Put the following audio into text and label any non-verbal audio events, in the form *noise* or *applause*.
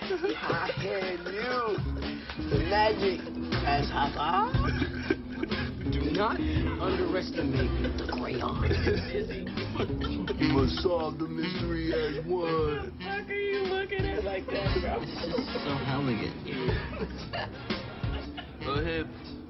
I hear you. The magic has happened. *laughs* Do not underestimate the crayon. You must solve the mystery as one. fuck are you looking at like that, bro? This is so elegant. Go ahead.